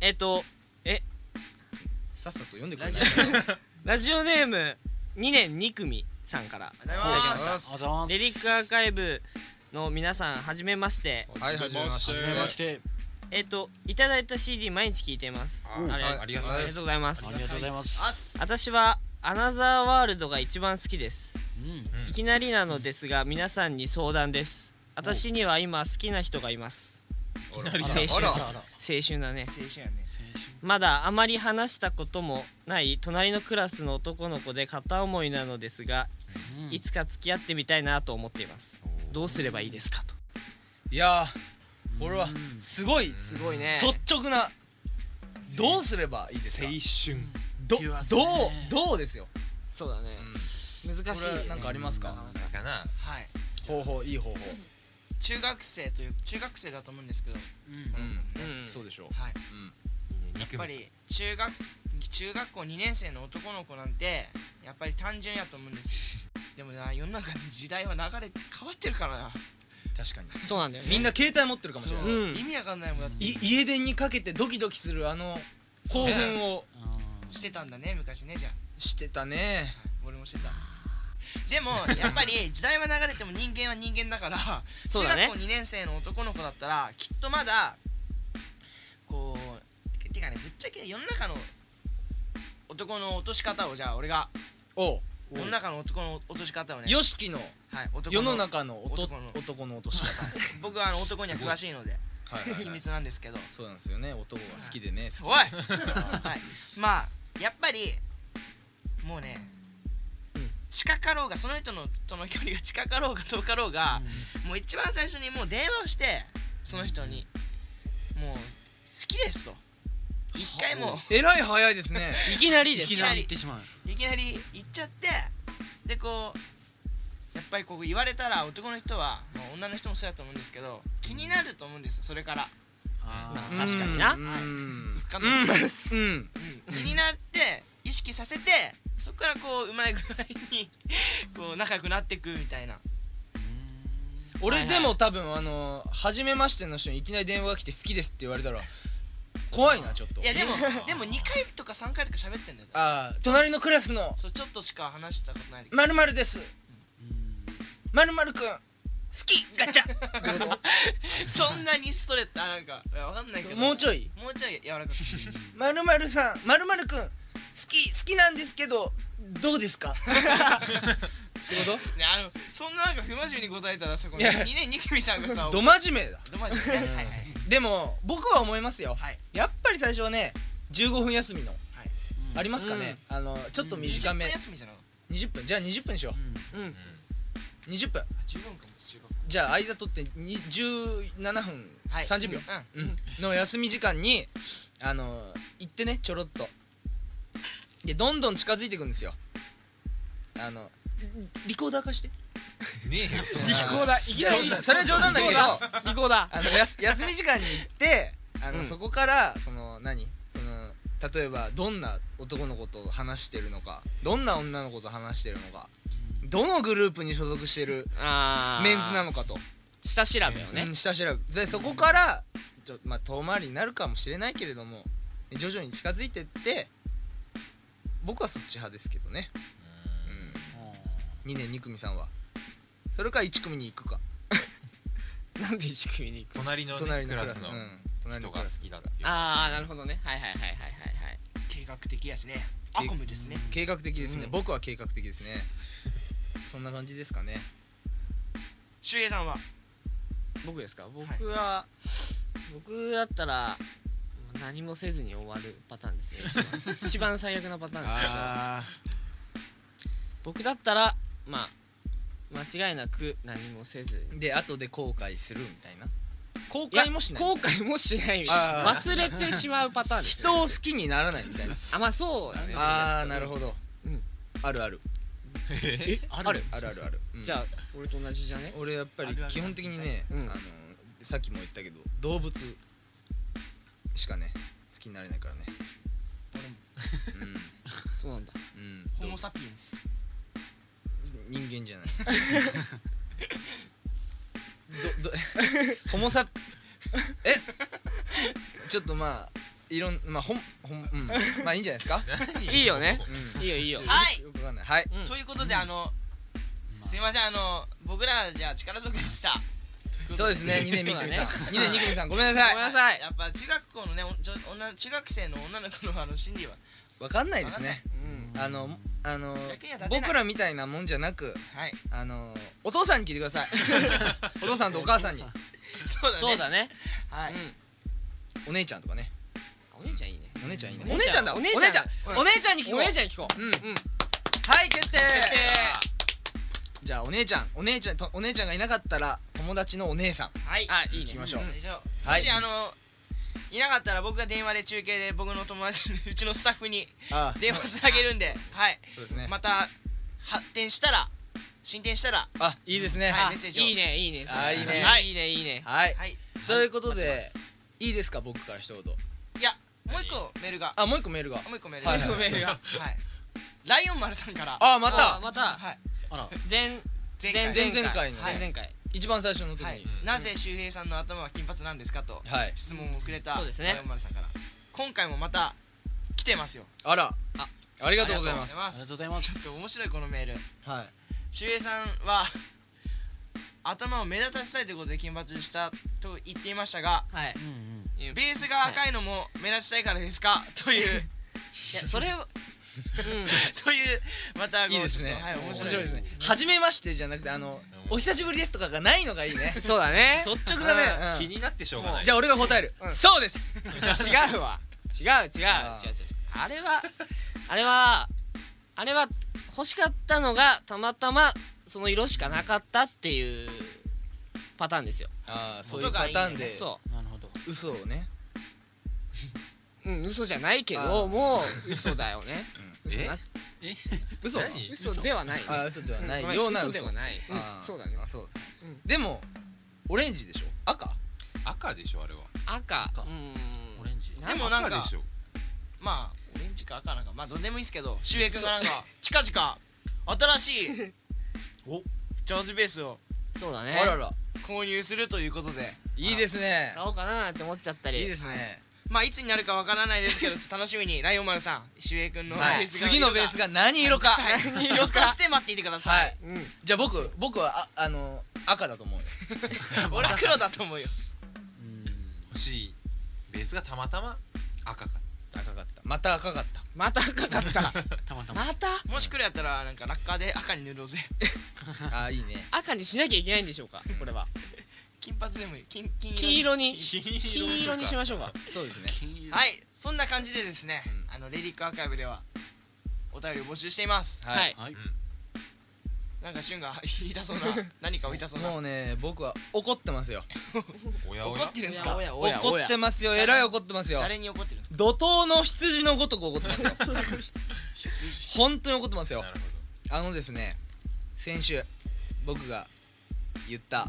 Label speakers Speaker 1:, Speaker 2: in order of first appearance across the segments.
Speaker 1: えっと
Speaker 2: さっさと読んでく
Speaker 3: ラ
Speaker 2: れ
Speaker 3: ジ
Speaker 2: な
Speaker 3: オ
Speaker 2: い
Speaker 1: ラジオネーム2年2組さんから
Speaker 3: ありがとうございま
Speaker 2: あ
Speaker 3: す
Speaker 2: り
Speaker 4: あざます
Speaker 1: レリックアーカイブの皆さんはじめまして
Speaker 2: はいはじめまし
Speaker 4: はじめましてて
Speaker 1: えっといただいた CD 毎日聞いています
Speaker 2: あはいありがとうござい
Speaker 1: あり
Speaker 2: ます
Speaker 1: がとうございます
Speaker 4: ありがとうございます
Speaker 3: あっす
Speaker 1: 私はアナザーワールドが一番好きです
Speaker 4: うん
Speaker 1: いきなりなのですが皆さんに相談です私には今好きな人がいます
Speaker 2: いきな
Speaker 1: り
Speaker 2: さ
Speaker 1: 青
Speaker 4: あ
Speaker 1: 春
Speaker 4: ら
Speaker 2: あ
Speaker 4: あ
Speaker 2: ら
Speaker 4: らあら
Speaker 1: 青春だね
Speaker 3: 青春やね
Speaker 1: まだあまり話したこともない隣のクラスの男の子で片思いなのですが
Speaker 4: うん
Speaker 1: いつか付き合ってみたいなと思っていますどうすればいいですかと
Speaker 5: いやーこれは
Speaker 4: うん
Speaker 5: すごい
Speaker 1: すごいね
Speaker 5: 率直などうすればいいですか
Speaker 2: 青春
Speaker 5: ど
Speaker 4: ピュアっす
Speaker 5: どう
Speaker 4: ね
Speaker 5: どうですよ
Speaker 1: そうだね難し
Speaker 5: こ
Speaker 1: い
Speaker 5: れ
Speaker 1: ね
Speaker 5: はなんかあります
Speaker 1: なか
Speaker 5: か
Speaker 1: なか
Speaker 2: かな
Speaker 3: はい
Speaker 5: 方法いい方法
Speaker 3: 中学生という中学生だと思うんですけど
Speaker 4: うん
Speaker 5: う
Speaker 1: うん
Speaker 5: んそうでしょう
Speaker 3: はい
Speaker 5: うん
Speaker 3: や
Speaker 2: や
Speaker 3: っぱり中学中学校2年生の男の子なんてやっぱり単純やと思うんですでもな世の中の時代は流れて変わってるからな
Speaker 5: 確かに
Speaker 1: そうなんだよね
Speaker 5: みんな携帯持ってるかもしれ
Speaker 3: そう
Speaker 5: ない
Speaker 1: うん
Speaker 3: 意味わかんないもんだって
Speaker 5: い家電にかけてドキドキするあの興奮を
Speaker 3: してたんだね昔ねじゃあ
Speaker 5: してたね
Speaker 3: 俺もしてたでもやっぱり時代は流れても人間は人間だから
Speaker 1: そうだ
Speaker 3: 中
Speaker 1: ね
Speaker 3: 学校2年生の男の子だったらきっとまだこうててかねぶっちゃけ世の中の男の落とし方をじゃあ俺が
Speaker 5: おう
Speaker 3: 世の中の男の落とし方をね
Speaker 5: よしきの
Speaker 3: はい、男
Speaker 5: 世の中のおと
Speaker 3: 男の
Speaker 5: 男の落とし方
Speaker 3: 僕はあの 男には詳しいので
Speaker 5: はいはい
Speaker 3: 秘
Speaker 5: はい
Speaker 3: 密なんですけど
Speaker 5: そうなんですよね男が好きでね
Speaker 3: おい、はい、まあやっぱりもう
Speaker 1: う
Speaker 3: ね、
Speaker 1: ん
Speaker 3: 近かろうがその人のとの距離が近かろうが遠かろうが、もう一番最初にもう電話をしてその人に、もう好きですと一回も
Speaker 5: えらい早いですね
Speaker 1: いきなり
Speaker 4: い
Speaker 1: です
Speaker 4: きなり行ってしまう
Speaker 3: ういきなり言っちゃってでこうやっぱりこう言われたら男の人は、まあ、女の人もそうだと思うんですけど気になると思うんですよそれから、
Speaker 4: あー
Speaker 1: 確かにな
Speaker 5: うん
Speaker 3: はい
Speaker 5: うんうん
Speaker 3: うん、気になって意識させてそこからこううまい具合に こう仲良くなっていくみたいな
Speaker 5: 俺でも多分あの初めましての人にいきなり電話が来て好きですって言われたら怖いなちょっと
Speaker 3: いやでもでも2回とか3回とか喋ってんだよ
Speaker 5: ああ隣のクラスの
Speaker 3: そうちょっとしか話したこと ないんだけど
Speaker 5: まるまるです
Speaker 4: うん
Speaker 5: まるまるくん好きガ チャ
Speaker 3: そんなにストレートあなんかいやわかんないけど
Speaker 5: もうちょい
Speaker 3: もうちょい柔らかく
Speaker 5: まるまるさんまるまるくん好き好きなんですけどどうです かってこ
Speaker 3: ねあのそんななんか不真面目に答えたらさこの
Speaker 5: いや
Speaker 3: 2年2組さんがさ
Speaker 5: とど真面目だ
Speaker 3: ど真面目ねはいはい
Speaker 5: でも僕は思いますよ、
Speaker 3: はい
Speaker 5: やっぱり最初はね15分休みの、
Speaker 4: うん
Speaker 5: ありますかね、あのちょっと短め、
Speaker 3: 20分休みじゃなかっ
Speaker 5: 20分じゃあ20分にしよ
Speaker 4: うん
Speaker 1: うん
Speaker 5: う20分
Speaker 3: た15分かも15分
Speaker 5: じゃあ間取ってに17分
Speaker 3: はい
Speaker 5: 30秒、
Speaker 3: う
Speaker 5: うんの休み時間にあの行ってねちょろっとでどんどん近づいていくんですよあのリコーダー貸して
Speaker 2: ね えよそん
Speaker 1: リ
Speaker 2: な
Speaker 1: コーダーいきな
Speaker 5: そん
Speaker 1: り
Speaker 5: なそれは冗談だけど
Speaker 1: リコーダー
Speaker 5: あのやす休み時間に行ってあの、
Speaker 1: うん
Speaker 5: そこからその何その例えばどんな男の子と話してるのかどんな女の子と話してるのかどのグループに所属してる
Speaker 1: あー
Speaker 5: メンズなのかと、
Speaker 1: 下調べをね
Speaker 5: うん、下調べでそこからちょ、まあ、遠回りになるかもしれないけれども徐々に近づいてって僕はそっち派ですけどね、うん、2年2組さんはそれか1組に行くか
Speaker 1: なんで1組に行く
Speaker 2: 隣のね
Speaker 5: 隣の
Speaker 2: ク
Speaker 5: ク
Speaker 2: ラ
Speaker 5: ラ
Speaker 2: ス
Speaker 5: ス
Speaker 2: の
Speaker 5: の、うん、隣
Speaker 2: 人
Speaker 5: のク
Speaker 2: が好
Speaker 5: ラス
Speaker 2: きだっていう
Speaker 1: ああなるほどねはいはいはいはいはい
Speaker 3: 計画的やしねアコムですね
Speaker 5: 計画的ですね、
Speaker 1: うん
Speaker 5: 僕は計画的ですねそんな感じですかね
Speaker 3: 周平さんは
Speaker 1: 僕ですか僕は、僕だったら何もせずに終わるパターンですね一番一 番最悪なパターンですけど僕だったらまあ間違いなく何もせず
Speaker 5: で後で後悔するみたいな後
Speaker 1: いや
Speaker 5: 悔もしない
Speaker 1: 後悔もしない
Speaker 5: あー
Speaker 1: 忘れてしまうパターンです、ね
Speaker 5: 人、を好きにならない みたいな
Speaker 1: あまあそうだね
Speaker 5: ああなるほど、
Speaker 1: うん
Speaker 5: あるある
Speaker 4: え
Speaker 1: ある
Speaker 5: あるあるある、うん
Speaker 1: じゃあ俺と同じじゃね
Speaker 5: 俺やっぱり基本的にね
Speaker 1: あ
Speaker 5: あ
Speaker 1: るある
Speaker 5: のさっきも言ったけど動物しかね好きになれないからね
Speaker 3: 俺も
Speaker 1: そうなんだ
Speaker 5: うん、うん、
Speaker 3: ホ
Speaker 5: 動
Speaker 3: モ
Speaker 5: 物
Speaker 3: サピエンス
Speaker 5: 人間じゃない どどホモサえちょっとまあいろんまあほんほん、うん、まあいいんじゃないですか、
Speaker 1: いいよね
Speaker 5: うん
Speaker 1: いいよいいよ
Speaker 3: はい
Speaker 5: よくわかんないはい
Speaker 1: うん
Speaker 3: ということであのすいませんあの僕らじゃ力不足でした
Speaker 5: そうですね2年
Speaker 1: そ
Speaker 5: み
Speaker 1: う
Speaker 5: く
Speaker 1: だ
Speaker 5: み
Speaker 1: ね
Speaker 5: さん2年みくみさんごめん
Speaker 1: ご
Speaker 5: な
Speaker 1: め
Speaker 5: さい
Speaker 1: んなさい
Speaker 3: やっぱ中学校のねおちょ女中学生の女の子のあの心理は
Speaker 5: わかんないですね
Speaker 1: うん
Speaker 5: あのあの
Speaker 3: 役には立てない
Speaker 5: 僕らみたいなもんじゃなく
Speaker 3: はい
Speaker 5: あのお父さんに聞いてく ださいお父さんとお母さんに
Speaker 3: そうだね
Speaker 1: そうだね
Speaker 3: はい、
Speaker 5: お姉ちゃんとかね
Speaker 1: お姉ちゃんいいね
Speaker 5: お姉ちゃんいいね
Speaker 1: うん
Speaker 5: お姉ちゃんだ
Speaker 1: お
Speaker 5: お
Speaker 1: 姉
Speaker 5: 姉
Speaker 1: ち
Speaker 5: ち
Speaker 1: ゃん
Speaker 5: ゃんお姉ちゃんに聞こ
Speaker 1: お
Speaker 5: う
Speaker 1: 姉ちゃんに聞こう
Speaker 5: うん
Speaker 1: うん
Speaker 5: はい決定
Speaker 1: 決定
Speaker 5: じゃあお姉ちゃんお姉ちゃんとお姉ちゃんがいなかったら友達のお姉さん
Speaker 3: はい
Speaker 1: あいいね
Speaker 5: 聞きましょう
Speaker 3: 以上も
Speaker 5: はい
Speaker 3: しあのいなかったら僕が電話で中継で僕の友達 うちのスタッフに
Speaker 5: ああ
Speaker 3: 電話してあげるんではい
Speaker 5: そうですね
Speaker 3: また発展したら進展したら
Speaker 5: あいいですね
Speaker 3: はい
Speaker 1: あ
Speaker 3: メッセージを
Speaker 1: いいねいいね
Speaker 5: あいいね
Speaker 1: はいいいねいいね
Speaker 5: はい
Speaker 3: はい
Speaker 5: ということ
Speaker 3: は
Speaker 5: で
Speaker 3: 待ってま
Speaker 5: いいですか僕から一言
Speaker 3: いやもう一個メールが
Speaker 5: あもう一個メールが
Speaker 3: もう一個メールが
Speaker 5: は
Speaker 3: はいい
Speaker 5: はい
Speaker 1: メールが
Speaker 3: ライオン丸さんから
Speaker 5: あま
Speaker 1: あ
Speaker 5: た
Speaker 1: また
Speaker 3: はい
Speaker 4: あら
Speaker 1: 前
Speaker 3: 前
Speaker 1: 前
Speaker 3: 回
Speaker 5: 前々回の
Speaker 1: 前々回
Speaker 5: 一番最初の時
Speaker 3: はい
Speaker 5: に
Speaker 2: うん
Speaker 3: なぜ周平さんの頭は金髪なんですかと
Speaker 5: はい
Speaker 3: 質問をくれた
Speaker 1: そうですね
Speaker 3: ライオン丸さんから今回もまた来てますよ
Speaker 5: あら
Speaker 1: あ
Speaker 5: あり
Speaker 3: あ
Speaker 5: がとうございます
Speaker 3: りが
Speaker 4: ありがと
Speaker 3: とうご
Speaker 4: う
Speaker 3: ざい
Speaker 4: ござ
Speaker 3: ま
Speaker 4: いま
Speaker 3: す
Speaker 4: す
Speaker 3: ちょっと面白いこのメール
Speaker 5: はい
Speaker 3: 周平さんは頭を目立たせたいということで金髪にしたと言っていましたが
Speaker 1: はい
Speaker 4: うんうん
Speaker 3: ベースが赤いのも目立ちたいからですか、 という
Speaker 1: いやそれは
Speaker 3: そういうまたこう
Speaker 5: いいですね
Speaker 3: ちょっとはい面白い
Speaker 5: ですね初めましてじゃなくてあのお久しぶりですとかがないのがいい ね
Speaker 1: うんそうだね
Speaker 5: 率直だ
Speaker 2: 気
Speaker 5: ね
Speaker 2: になってしょうが
Speaker 5: う
Speaker 2: なんい
Speaker 5: じゃあ俺が答える
Speaker 1: うん
Speaker 5: そうです
Speaker 1: 違うわ違う違う違う違う違うあれはあれはあれは欲しかったのがたまたまその色しかなかったっていうパターンですよ
Speaker 5: ああそう
Speaker 3: う
Speaker 5: い
Speaker 3: いうう
Speaker 5: パ
Speaker 3: パ
Speaker 5: タ
Speaker 3: タ
Speaker 5: ー
Speaker 3: ー
Speaker 5: ン
Speaker 3: ン
Speaker 5: で
Speaker 3: で
Speaker 1: そ
Speaker 4: なるほど
Speaker 5: 嘘をね
Speaker 1: ううん嘘じゃないけ
Speaker 5: あー
Speaker 1: どもう嘘だよ ね嘘な
Speaker 5: 嘘
Speaker 2: 何
Speaker 1: 嘘ではない
Speaker 5: ああ嘘ではな
Speaker 1: ごめ
Speaker 5: い
Speaker 1: ん
Speaker 5: ような
Speaker 1: 嘘ではないうん
Speaker 5: あ ー
Speaker 1: そうだね
Speaker 5: あそう
Speaker 1: うん
Speaker 5: でもオレンジでしょ赤
Speaker 2: 赤でしょあれは
Speaker 1: 赤
Speaker 4: 赤
Speaker 1: うん
Speaker 4: オレンジ
Speaker 3: でもなんか
Speaker 2: 赤でしょ
Speaker 3: まあオレンジか赤なんかまあどうでもいいで すけど周平君がなんか近々新しい
Speaker 2: お
Speaker 3: ジョーズベースを
Speaker 1: そうだね
Speaker 5: あらら
Speaker 3: 購入するということで
Speaker 5: いいですね
Speaker 1: 買おうかなって思っちゃったり
Speaker 5: いいですね
Speaker 3: まあいつになるかわからないですけ ど楽しみにライオン丸さん周平君のベ
Speaker 5: はい
Speaker 3: ースが
Speaker 5: 次のベースが何色か
Speaker 1: 何
Speaker 3: 予
Speaker 1: 色
Speaker 3: 想
Speaker 1: か
Speaker 3: して待っていてくださ
Speaker 5: はいい
Speaker 1: うん
Speaker 5: じゃあ僕僕はああの赤だと思うよ
Speaker 3: 俺は黒だ と思うよ
Speaker 4: うん
Speaker 2: 欲しいベースがたまたま赤か
Speaker 5: 赤かったまた赤かった
Speaker 1: また赤かった
Speaker 4: たまたま
Speaker 1: また
Speaker 3: もし黒やったらなんかラッカーで赤に塗ろうぜ
Speaker 5: あーいいね
Speaker 1: 赤にしなきゃいけないんでしょうかこれは
Speaker 3: 金髪でもいい金金色
Speaker 1: 黄色に
Speaker 2: 金
Speaker 1: 金色にしましょうか
Speaker 5: そうですね
Speaker 4: 金融
Speaker 3: はいそんな感じでですね、
Speaker 5: うん
Speaker 3: あのレリックアーカイブではお便りを募集しています
Speaker 1: はい
Speaker 4: はい
Speaker 3: なんかシュンが 言いたそう な何かを言いたそうな
Speaker 5: もうね僕は怒ってますよ
Speaker 2: おやお
Speaker 3: 怒
Speaker 2: や
Speaker 3: ってるんですか
Speaker 1: おやおやお
Speaker 5: 怒
Speaker 1: や
Speaker 5: ってますよえらい怒ってますよ
Speaker 3: 誰に怒ってるんですか
Speaker 5: 怒涛の羊のごとく怒ってますよ本当に怒ってますよ
Speaker 2: なるほど
Speaker 5: あのですね先週僕が言った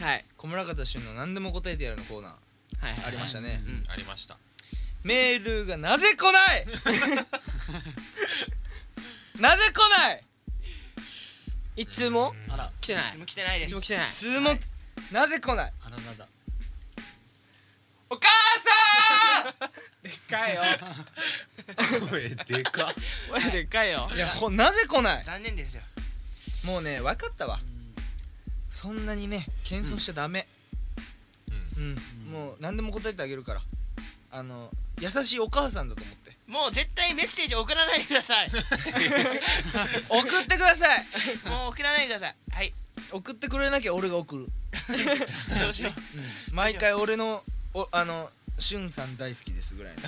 Speaker 1: はい
Speaker 5: 小村方俊の何でも答えてやるのコーナー
Speaker 1: はいはい
Speaker 5: ありましたね
Speaker 4: うん
Speaker 2: ありました
Speaker 5: メールがなぜ来ない なぜ来ない
Speaker 1: いつも
Speaker 4: あら
Speaker 1: 来てない
Speaker 3: でも来てないで
Speaker 1: いつ
Speaker 3: す
Speaker 1: も来てない
Speaker 5: 質問、なぜ来ない
Speaker 4: あららだ
Speaker 5: お母
Speaker 1: でっかいよ
Speaker 2: 声でかっ
Speaker 1: 俺でっかいよ
Speaker 5: さんいやほなぜ来ない
Speaker 3: 残念ですよ
Speaker 5: もうね分かったわ
Speaker 4: うん
Speaker 5: そんなにね謙遜しちゃダメうん、もう何でも答えてあげるからあの優しいお母さんだと思 って
Speaker 3: もう絶対メッセージ送らないでく ださい
Speaker 5: 送ってください
Speaker 3: もう送らないでくださいはい
Speaker 5: 送ってくれなきゃ俺が送る、
Speaker 3: そ うしよう
Speaker 5: 毎回俺のおあのしゅんさん大好きですぐらいの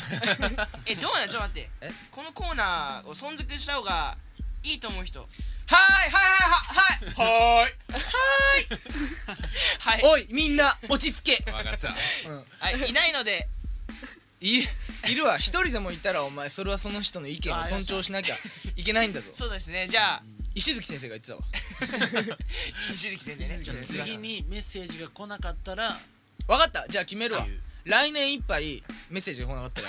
Speaker 3: えどうなんちょっと待って
Speaker 5: え
Speaker 3: このコーナーを存続した方がいいと思う人は
Speaker 5: はいはいはいはいはい
Speaker 3: い
Speaker 5: おいみんな落ち着け、
Speaker 2: うんわか った
Speaker 5: うん、
Speaker 3: はいいないので
Speaker 5: いいるわ一人でもいたらお前それはその人の意見を尊重しなきゃいけないんだぞ
Speaker 3: そうですねじゃあ
Speaker 5: 石月先生が言ってたわ
Speaker 3: 石月先生ねちょっと
Speaker 4: 次にメッセージが来なかったら
Speaker 5: 分かったじゃあ決めるわ
Speaker 4: っていう
Speaker 5: 来年いっぱいメッセージが来なかったら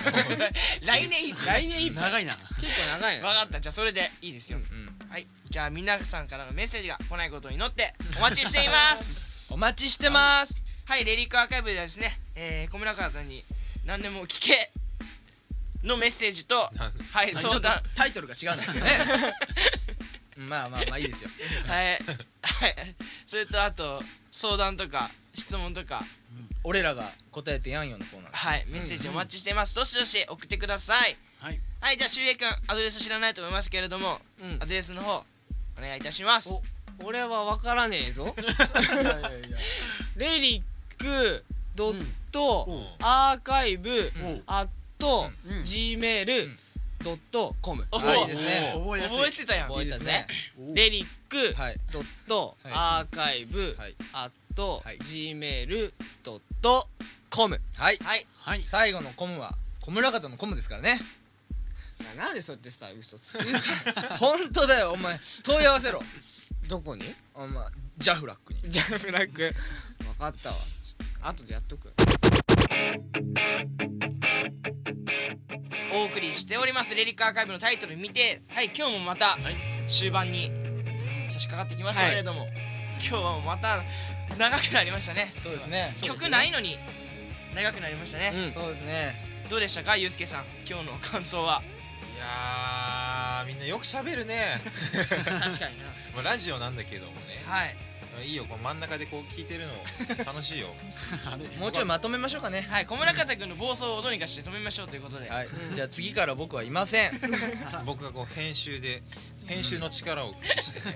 Speaker 3: 来年いいわ
Speaker 1: 来年いっぱい
Speaker 4: 長いな
Speaker 1: 結構長いな
Speaker 3: かったじゃあそれでいいです
Speaker 5: うん
Speaker 3: よ、
Speaker 5: うん
Speaker 3: はいじゃあ皆さんからのメッセージが来ないことを祈ってお待ちしています
Speaker 5: お待ちしてます
Speaker 3: はいレリックアーカイブではですね、えー、小村川さんに何でも聞けのメッセージと
Speaker 2: なん
Speaker 3: はい
Speaker 5: ちょっ
Speaker 3: 相
Speaker 5: と
Speaker 3: 談
Speaker 5: タイトルが違うんですけどねまあまあまあいいですよ
Speaker 3: はいはいそれとあと相談とか質問とか
Speaker 5: 俺らが答えてやんよのコーナー です
Speaker 3: はいメッセージお待ちしていますどしどし送ってください
Speaker 4: はい
Speaker 3: はいじゃあしゅうえいくんアドレス知らないと思いますけれども
Speaker 1: うん
Speaker 3: アドレスの方お願いいたします
Speaker 1: お俺は分からねえぞ
Speaker 4: いやいやいや
Speaker 1: レリックドッ
Speaker 2: う
Speaker 1: ト
Speaker 2: ん
Speaker 1: アーカイブ
Speaker 5: うん
Speaker 1: アット
Speaker 4: うん
Speaker 1: gmail ドットコム
Speaker 3: お
Speaker 5: あいいですね
Speaker 4: 覚えやすい
Speaker 3: 覚えてたやん
Speaker 1: 覚え
Speaker 5: いいで
Speaker 1: た
Speaker 5: す
Speaker 1: ね
Speaker 5: ね
Speaker 1: レリック
Speaker 5: はい
Speaker 1: ドットアーカイブ
Speaker 5: はい
Speaker 1: アット
Speaker 5: はい
Speaker 1: gmail ドットコム
Speaker 5: はい
Speaker 3: はい
Speaker 4: はい
Speaker 5: 最後のコムは小村方のコムですからね
Speaker 1: なんでそうやってさ嘘つく
Speaker 5: 本当だよお前問い合わせろ
Speaker 1: どこに
Speaker 5: お前ジャフラックに
Speaker 1: じゃあフラッ グ分かったわ後でやっとく
Speaker 3: お送りしておりますレリックアーカイブのタイトル見てはい今日もまた
Speaker 4: い
Speaker 3: 終盤に差し掛かってきましたけれども、今日はまた長くなりましたね
Speaker 5: そうですね
Speaker 3: 曲ないのに長くなりましたね、
Speaker 5: そうですね
Speaker 3: どうでしたかゆうすけさん今日の感想はい
Speaker 2: やーみんなよく喋るね
Speaker 1: 確かにな
Speaker 2: まあラジオなんだけどもね
Speaker 3: はい
Speaker 2: いいよこう真ん中でこう聞いてるの楽しい よ
Speaker 4: あれ
Speaker 5: もうちょいまとめましょうかね
Speaker 3: はい小村方君の暴走をどうにかして止めましょうということで、
Speaker 5: はいじゃあ次から僕はいません
Speaker 2: 僕がこう編集で編集の力を駆使してね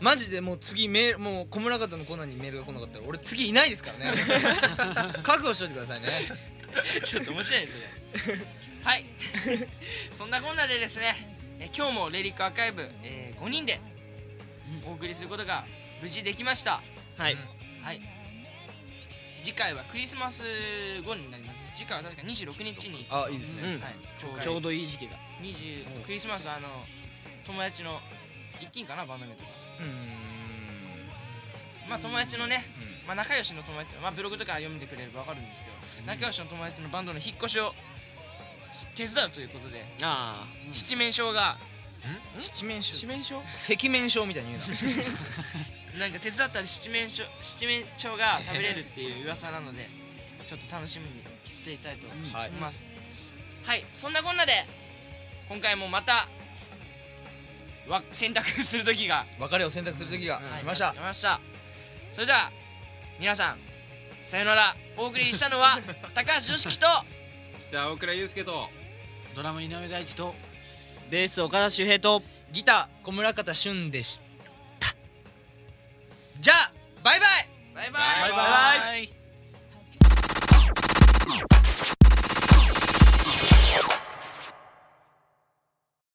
Speaker 5: マジでもう次メールもう小村方のコーナーにメールが来なかったら俺次いないですからね覚悟しといてくださいね
Speaker 3: ちょっと面白いですねはい そんなこんなでですねえ今日もレリックアーカイブ、え5人でお送りすることが無事できました
Speaker 1: はい
Speaker 3: はい次回はクリスマス後になります次回は確か26日に、
Speaker 5: あいいですね、
Speaker 1: うん
Speaker 3: はい、公開
Speaker 1: ちょうどいい時期だ
Speaker 3: 20クリスマスあの友達の行っていいんかなバンドメントが
Speaker 5: うーん
Speaker 3: まあ友達のね、
Speaker 5: うん
Speaker 3: まあ、仲良しの友達、まあ、ブログとか読んでくれればわかるんですけど、仲良しの友達のバンドの引っ越しを手伝うということで、
Speaker 1: ああ
Speaker 3: 七面鳥が
Speaker 5: 七面
Speaker 1: 四
Speaker 5: 鳥
Speaker 1: 面鳥
Speaker 5: 赤面鳥みたいに言うな
Speaker 3: なんか手伝ったら七面鳥七面鳥が食べれるっていう噂なのでちょっと楽しみにしていたいと思い
Speaker 5: はい
Speaker 3: ます、はいそんなこんなで今回もまたわ選択する時が
Speaker 5: 別れを選択する時が
Speaker 1: うん
Speaker 5: 来ました
Speaker 3: 来ましたそれでは皆さんさよならお送りした のは高橋良樹と
Speaker 2: じゃあ大倉祐介と
Speaker 4: ドラム井上大地と
Speaker 1: ベース岡田周平と
Speaker 5: ギター小村方俊でしたじゃあ